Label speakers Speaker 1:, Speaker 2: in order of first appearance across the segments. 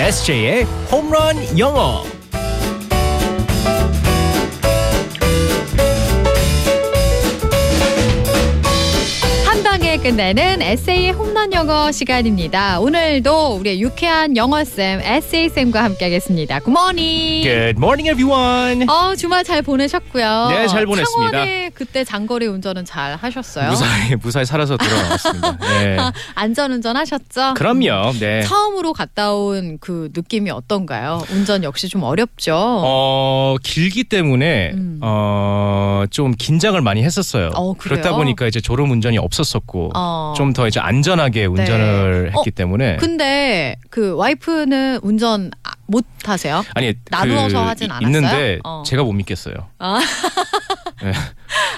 Speaker 1: SJ의 홈런 영어.
Speaker 2: 한 방에 끝내는 에세이 홈런 영어 시간입니다. 오늘도 우리의 유쾌한 영어 쌤 에세이 쌤과 함께하겠습니다. 굿모닝.
Speaker 1: Good morning, everyone.
Speaker 2: 어 주말 잘 보내셨고요.
Speaker 1: 예. 네, 잘 보냈습니다.
Speaker 2: 창원에 그때 장거리 운전은 잘 하셨어요.
Speaker 1: 무사히 무사히 살아서 돌아왔습니다. 네.
Speaker 2: 안전운전 하셨죠?
Speaker 1: 그럼요. 네.
Speaker 2: 처음으로 갔다 온 그 느낌이 어떤가요? 운전 역시 좀 어렵죠.
Speaker 1: 어 길기 때문에
Speaker 2: 음.
Speaker 1: 어좀 긴장을 많이 했었어요.
Speaker 2: 어, 그래요?
Speaker 1: 그렇다 보니까 이제 졸음 운전이 없었었고
Speaker 2: 어. 네.
Speaker 1: 좀 더 이제 안전하게 운전을 했기 때문에
Speaker 2: 근데 그 와이프는 운전 아- 못 하세요?
Speaker 1: 아니
Speaker 2: 나누어서 하진
Speaker 1: 이-
Speaker 2: 않았어요?
Speaker 1: 있는데
Speaker 2: 어.
Speaker 1: 제가 못 믿겠어요.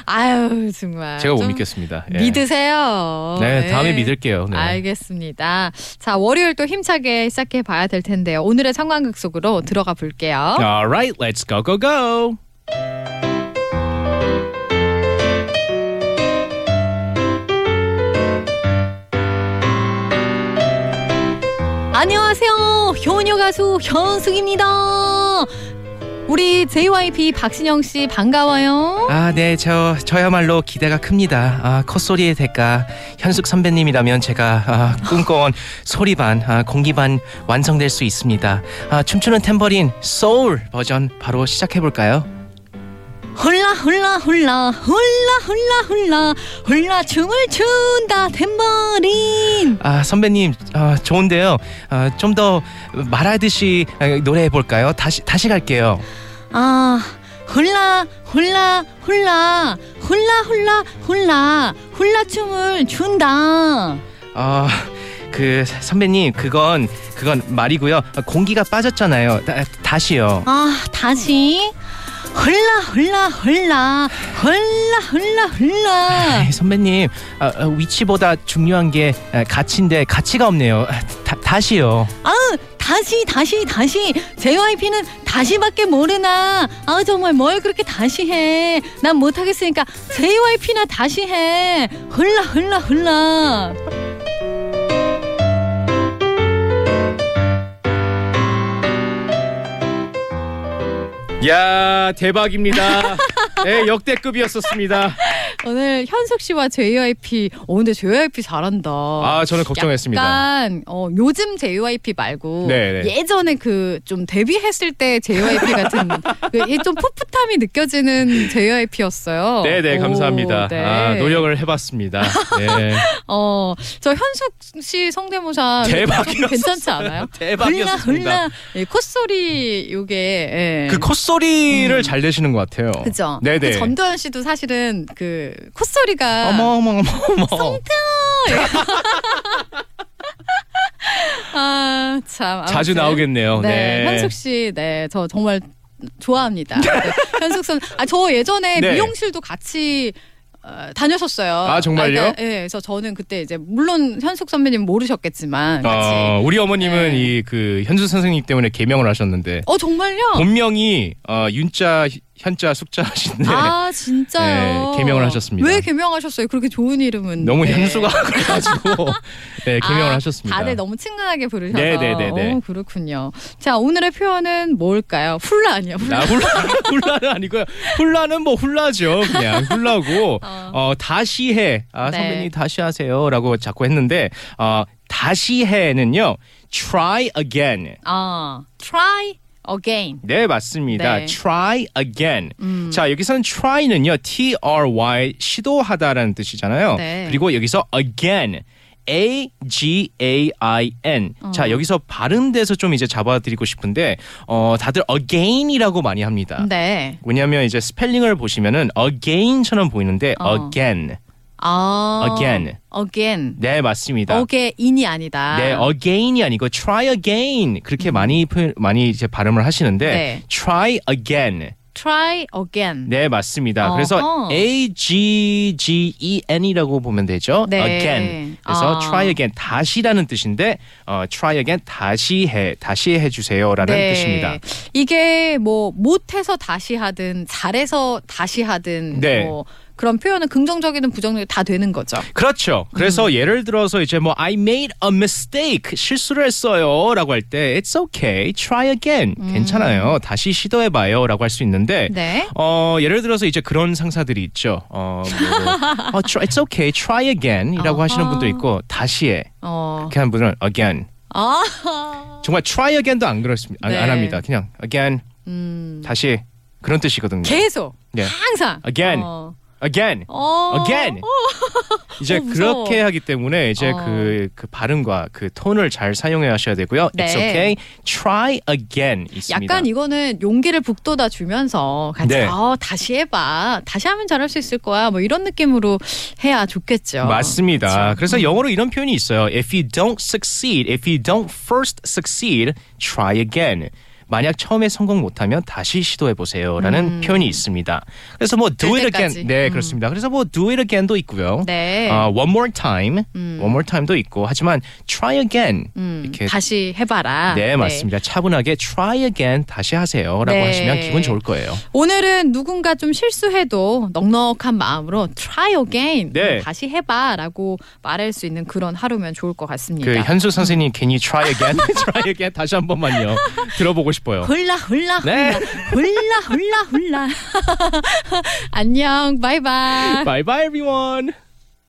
Speaker 2: 아유 정말.
Speaker 1: 제가 못
Speaker 2: 좀
Speaker 1: 믿겠습니다. 예.
Speaker 2: 믿으세요. 예.
Speaker 1: 네, 다음에 믿을게요. 네.
Speaker 2: 알겠습니다. 자, 월요일 또 힘차게 시작해 봐야 될 텐데요. 오늘의 상황극 속으로 들어가 볼게요.
Speaker 1: Alright, let's go go go.
Speaker 2: 안녕하세요. 효녀 가수 현숙입니다. 우리 JYP 박신영 씨 반가워요.
Speaker 3: 아, 네, 저 저야말로 기대가 큽니다. 아, 콧소리의 대가 현숙 선배님이라면 제가 아, 꿈꿔온 소리 반, 아, 공기 반 완성될 수 있습니다. 아, 춤추는 탬버린 소울 버전 바로 시작해 볼까요?
Speaker 2: 훌라 훌라 훌라 훌라 훌라 hul라 훌라 춤을 춘다 탬버린.
Speaker 3: 아, 선배님, 아, 좋은데요. 아, 좀 더 말하듯이 아, 노래해 볼까요? 다시 다시 갈게요.
Speaker 2: 아 훌라 훌라 훌라 훌라 훌라 훌라 훌라 춤을 춘다.
Speaker 3: 아, 그 선배님, 그건 그건 말이고요. 아, 공기가 빠졌잖아요. 다, 다시요.
Speaker 2: 아 다시 훌라 훌라 훌라 훌라 훌라 훌라.
Speaker 3: 아이, 선배님 아, 아, 위치보다 중요한 게 아, 가치인데 가치가 없네요. 아, 다, 다시요.
Speaker 2: 아우 다시 다시 다시 JYP는 다시밖에 모르나 아 정말 뭘 그렇게 다시 해난 못하겠으니까 JYP나 다시 해 흘라 흘라 흘라
Speaker 1: 야 대박입니다. 네, 역대급이었었습니다.
Speaker 2: 오늘 현숙 씨와 JYP 어 근데 JYP 잘한다
Speaker 3: 어,
Speaker 1: 아 저는 걱정했습니다.
Speaker 2: 약간 어, 요즘 JYP 말고
Speaker 1: 네, 네.
Speaker 2: 예전에 그 좀 데뷔했을 때 JYP 같은 그좀 풋풋함이 느껴지는 JYP였어요. 네.
Speaker 1: 네네 감사합니다. 아, 노력을 해봤습니다. 네.
Speaker 2: 어, 저 현숙 씨 성대모사
Speaker 1: 대박이었어요.
Speaker 2: 괜찮지 않아요? 흘라
Speaker 1: 대박이었습니다.
Speaker 2: 흘라 예, 콧소리 요게 예.
Speaker 1: 그 콧소리를 잘 내시는 것 같아요.
Speaker 2: 그죠?
Speaker 1: 네네.
Speaker 2: 그 전도연 씨도 사실은 그 콧소리가
Speaker 3: 어머 어머 어머 어머.
Speaker 2: 아, 참
Speaker 1: 자주
Speaker 2: 아무튼.
Speaker 1: 나오겠네요.
Speaker 2: 네,
Speaker 1: 네.
Speaker 2: 현숙 씨, 네, 저 정말 좋아합니다. 네, 현숙 선, 아, 저 예전에
Speaker 1: 네.
Speaker 2: 미용실도 같이 어, 다녔었어요.
Speaker 1: 아, 정말요?
Speaker 2: 아, 그러니까, 예, 그래서 저는 그때 이제 물론 현숙 선배님 모르셨겠지만 같이. 어,
Speaker 1: 어, 우리 어머님은
Speaker 2: 네.
Speaker 1: 이 그 현수 선생님 때문에 개명을 하셨는데
Speaker 2: 어, 정말요?
Speaker 1: 본명이 어, 윤자 현자 숙자하신데
Speaker 2: 아, 진짜요?
Speaker 1: 네, 개명을 하셨습니다.
Speaker 2: 왜 개명하셨어요? 그렇게 좋은 이름은
Speaker 1: 너무
Speaker 2: 네.
Speaker 1: 현수가 그래가지고 네, 개명을
Speaker 2: 아,
Speaker 1: 하셨습니다.
Speaker 2: 다들 너무 친근하게 부르셔서.
Speaker 1: 네, 네, 네, 네.
Speaker 2: 오, 그렇군요. 자, 오늘의 표현은 뭘까요? 훌라 아니에요? 훌라.
Speaker 1: 나 훌라 훌라는 아니고요. 훌라는 뭐 훌라죠. 그냥 훌라고
Speaker 2: 어.
Speaker 1: 어, 다시 해. 아,
Speaker 2: 네.
Speaker 1: 선배님 다시 하세요라고 자꾸 했는데 어, 다시 해는요. try again.
Speaker 2: 아, try again.
Speaker 1: 네, 맞습니다.
Speaker 2: 네.
Speaker 1: try again.
Speaker 2: 음.
Speaker 1: 자, 여기서는 try는요. T R Y 시도하다라는 뜻이잖아요.
Speaker 2: 네.
Speaker 1: 그리고 여기서 again A G A I N.
Speaker 2: 어.
Speaker 1: 자, 여기서 발음돼서 좀 이제 잡아 드리고 싶은데 어, 다들 again이라고 많이 합니다.
Speaker 2: 네.
Speaker 1: 왜냐하면 이제 스펠링을 보시면은 again처럼 보이는데
Speaker 2: 어.
Speaker 1: again.
Speaker 2: 아.
Speaker 1: Again.
Speaker 2: again.
Speaker 1: 네 맞습니다.
Speaker 2: 어게인이 아니다. 음.
Speaker 1: 네 again이 아니고 try again 그렇게 많이 표현- 많이 이제 발음을 하시는데
Speaker 2: 네.
Speaker 1: try again.
Speaker 2: try again.
Speaker 1: 네 맞습니다.
Speaker 2: 어허.
Speaker 1: 그래서 a g g e n이라고 보면 되죠.
Speaker 2: 네.
Speaker 1: again. 그래서
Speaker 2: 아.
Speaker 1: try again 다시라는 뜻인데 어, try again 다시 해 다시 해주세요라는
Speaker 2: 네.
Speaker 1: 뜻입니다.
Speaker 2: 이게 뭐 못해서 다시 하든 잘해서 다시 하든
Speaker 1: 네.
Speaker 2: 뭐 그런 표현은 긍정적이든 부정적이든 다 되는 거죠.
Speaker 1: 그렇죠. 그래서
Speaker 2: 음.
Speaker 1: 예를 들어서 이제 뭐 I made a mistake 실수를 했어요라고 할 때 it's okay, try again 괜찮아요, 다시 시도해봐요라고 할 수 있는데
Speaker 2: 음. 네.
Speaker 1: 어 예를 들어서 이제 그런 상사들이 있죠. 어, 뭐, 어, try- it's okay, try again이라고 하시는
Speaker 2: 아하.
Speaker 1: 분도 있고 다시해
Speaker 2: 어.
Speaker 1: 이렇게 하는 분은 again
Speaker 2: 아.
Speaker 1: 정말 try again도 안 그렇습니다. 안,
Speaker 2: 네.
Speaker 1: 안 합니다. 그냥 again
Speaker 2: 음.
Speaker 1: 다시 그런 뜻이거든요.
Speaker 2: 계속
Speaker 1: 네.
Speaker 2: 항상
Speaker 1: Again.
Speaker 2: 어.
Speaker 1: again
Speaker 2: 어.
Speaker 1: again. 이제
Speaker 2: 어, 무서워.
Speaker 1: 그렇게 하기 때문에 이제
Speaker 2: 어.
Speaker 1: 그, 그 발음과 그 톤을 잘 사용해 하셔야 되고요.
Speaker 2: 네.
Speaker 1: It's okay. Try again 있습니다.
Speaker 2: 약간 이거는 용기를 북돋아 주면서 같이
Speaker 1: 네.
Speaker 2: 어, 다시 해봐 다시 하면 잘할 수 있을 거야 뭐 이런 느낌으로 해야 좋겠죠.
Speaker 1: 맞습니다.
Speaker 2: 그렇죠.
Speaker 1: 그래서 영어로 이런 표현이 있어요. If you don't succeed, if you don't first succeed, try again. 만약 처음에 성공 못하면 다시 시도해
Speaker 2: 음.
Speaker 1: 보세요라는 표현이 있습니다. 그래서 뭐 do it
Speaker 2: 될 때까지. 음.
Speaker 1: again, 네 그렇습니다. 그래서 뭐 do it again도 있고요.
Speaker 2: 네.
Speaker 1: 아, one more time, one more time도 있고 하지만 try again
Speaker 2: 음,
Speaker 1: 이렇게
Speaker 2: 다시 해봐라.
Speaker 1: 네, 맞습니다. 차분하게 try again 다시 하세요라고
Speaker 2: 네.
Speaker 1: 하시면 기분 좋을 거예요.
Speaker 2: 오늘은 누군가 좀 실수해도 넉넉한 마음으로 try again
Speaker 1: 네.
Speaker 2: 다시 해봐라고 말할 수 있는 그런 하루면 좋을 것 같습니다.
Speaker 1: 그 현숙 선생님 괜히 try again, try again 다시 한 번만요. 들어보고 싶어요.
Speaker 2: 훌라 훌라
Speaker 1: 네.
Speaker 2: 훌라 훌라 훌라 안녕 바이바이
Speaker 1: Bye bye everyone.